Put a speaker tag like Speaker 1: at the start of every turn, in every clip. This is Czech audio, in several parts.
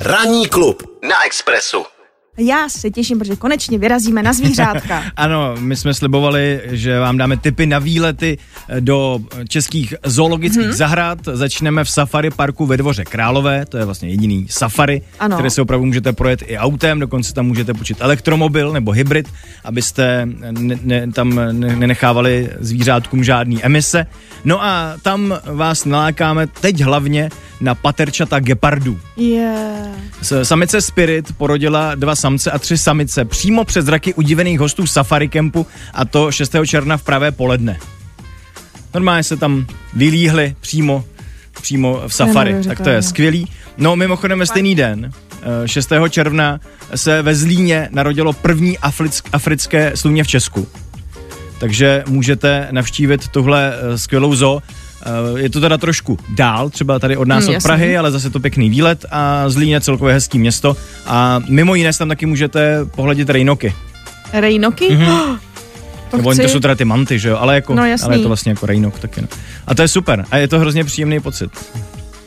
Speaker 1: Ranní klub na Expressu.
Speaker 2: Já se těším, protože konečně vyrazíme na zvířátka.
Speaker 3: Ano, my jsme slibovali, že vám dáme tipy na výlety eh, do českých zoologických hmm. zahrad. Začneme v safari parku ve Dvoře Králové, to je vlastně jediný safari,
Speaker 2: Ano.
Speaker 3: který se opravdu můžete projet i autem, dokonce tam můžete počít elektromobil nebo hybrid, abyste eh, ne, ne, tam ne- nenechávali zvířátkům žádný emise. No a tam vás nalákáme teď hlavně na paterčata gepardů.
Speaker 2: Je.
Speaker 3: S- Samice Spirit porodila dva samce a tři samice přímo před zraky udivených hostů Safari Campu a to 6. června v pravé poledne. Normálně se tam vylíhli přímo, přímo v safari, tak to
Speaker 2: neuvěřitelné.
Speaker 3: je skvělý. No mimochodem ve stejný den, eh, 6. června, se ve Zlíně narodilo první africk, africké sluně v Česku. Takže můžete navštívit tuhle eh, skvělou zoo. Eh, Je to teda trošku dál, třeba tady od nás
Speaker 2: Mm,
Speaker 3: od
Speaker 2: jasně.
Speaker 3: Prahy, ale zase to pěkný výlet a Zlín je celkově hezký město. A mimo jiné se tam taky můžete pohledit rejnoky.
Speaker 2: Rejnoky? Mm-hmm. To
Speaker 3: Nebo Mhm. oni
Speaker 2: chci.
Speaker 3: to jsou teda ty manty, že jo? Ale, jako,
Speaker 2: No, jasný.
Speaker 3: ale je to vlastně jako rejnok taky. No. A to je super. A je to hrozně příjemný pocit.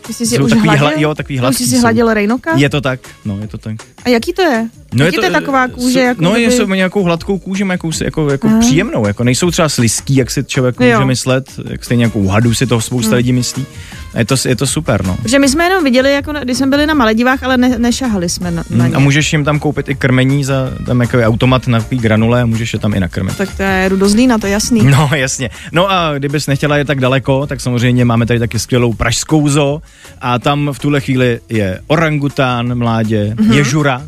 Speaker 2: Ty jsi si
Speaker 3: jsou
Speaker 2: už
Speaker 3: takový
Speaker 2: hladil?
Speaker 3: hla- jo, takový
Speaker 2: Ty
Speaker 3: hladký
Speaker 2: Už jsi
Speaker 3: jsou.
Speaker 2: hladil rejnoka?
Speaker 3: Je to tak? No, je to tak.
Speaker 2: A jaký to je?
Speaker 3: No,
Speaker 2: jaký to, je taková kůže?
Speaker 3: s-
Speaker 2: Jako
Speaker 3: no,
Speaker 2: kdyby...
Speaker 3: je jsou nějakou hladkou kůži, má jakousi jako, jako
Speaker 2: Aha.
Speaker 3: příjemnou. Jako nejsou třeba slizký, jak si člověk
Speaker 2: Jo. Hmm.
Speaker 3: může myslet, jak stejně jako u hadů si toho spousta lidí myslí. A je to, je to super, no.
Speaker 2: Protože my jsme jenom viděli, jako na- když jsme byli na Maledivách, ale ne, nešahali jsme na, na
Speaker 3: Mm,
Speaker 2: ně.
Speaker 3: A můžeš jim tam koupit i krmení za tam jako je automat na takový granule a můžeš je tam i nakrmit.
Speaker 2: Tak to je rudozlína, to je jasný.
Speaker 3: No jasně. No a kdybys nechtěla je tak daleko, tak samozřejmě máme tady taky skvělou pražskou zoo a tam v tuhle chvíli je orangután, mládě,
Speaker 2: Mhm.
Speaker 3: mm-hmm. ježura,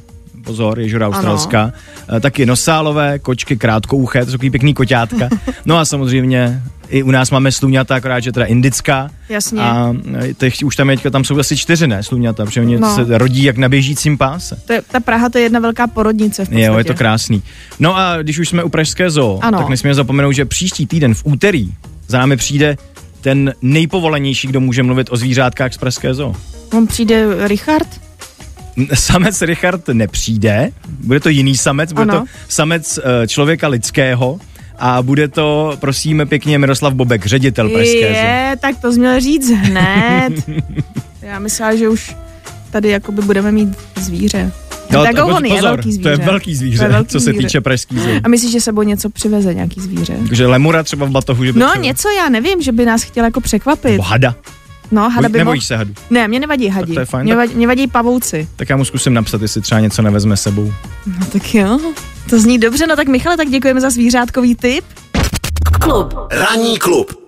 Speaker 3: pozor, ježura australská, e, taky nosálové, kočky, krátkouché, to jsou takový pěkný koťátka. No a samozřejmě i u nás máme sluňata, akorát, že teda indická.
Speaker 2: Jasně.
Speaker 3: A e, těch už tam je, teďka tam jsou asi čtyři, ne, sluňata, protože oni
Speaker 2: No.
Speaker 3: no. se rodí jak na běžícím páse.
Speaker 2: To je, ta Praha to je jedna velká porodnice v podstatě.
Speaker 3: Jo, je to krásný. No a když už jsme u Pražské zoo,
Speaker 2: Ano.
Speaker 3: ano. tak nesmíme zapomenout, že příští týden v úterý za námi přijde ten nejpovolenější, kdo může mluvit o zvířátkách z Pražské zoo.
Speaker 2: On přijde Richard?
Speaker 3: Samec Richard nepřijde, bude to jiný samec, bude
Speaker 2: Ano.
Speaker 3: ano. to samec eh, člověka lidského a bude to, prosíme pěkně, Miroslav Bobek, ředitel Pražské zoo.
Speaker 2: Je, tak to jsi měl říct hned. Já myslela, že už tady jakoby budeme mít zvíře. No, tak
Speaker 3: to-
Speaker 2: on je
Speaker 3: pozor,
Speaker 2: velký zvíře.
Speaker 3: To je velký zvíře,
Speaker 2: To je velký
Speaker 3: co se
Speaker 2: zvíře.
Speaker 3: týče Pražský zoo.
Speaker 2: A myslíš, že sebou něco přiveze, nějaký zvíře?
Speaker 3: Takže lemura třeba v batohu, že by
Speaker 2: No
Speaker 3: třeba-
Speaker 2: něco já nevím, že by nás chtěl jako překvapit.
Speaker 3: Nebo hada.
Speaker 2: No, hada by mohl...
Speaker 3: Nebojíš se hadu.
Speaker 2: Ne, mě nevadí hadi.
Speaker 3: to je fajn,
Speaker 2: Mě
Speaker 3: tak-
Speaker 2: vadí, mě vadí pavouci.
Speaker 3: Tak já mu zkusím napsat, jestli třeba něco nevezme sebou.
Speaker 2: No tak jo. To zní dobře, no tak Michale, tak děkujeme za zvířátkový tip.
Speaker 4: Klub.
Speaker 1: Ranní klub.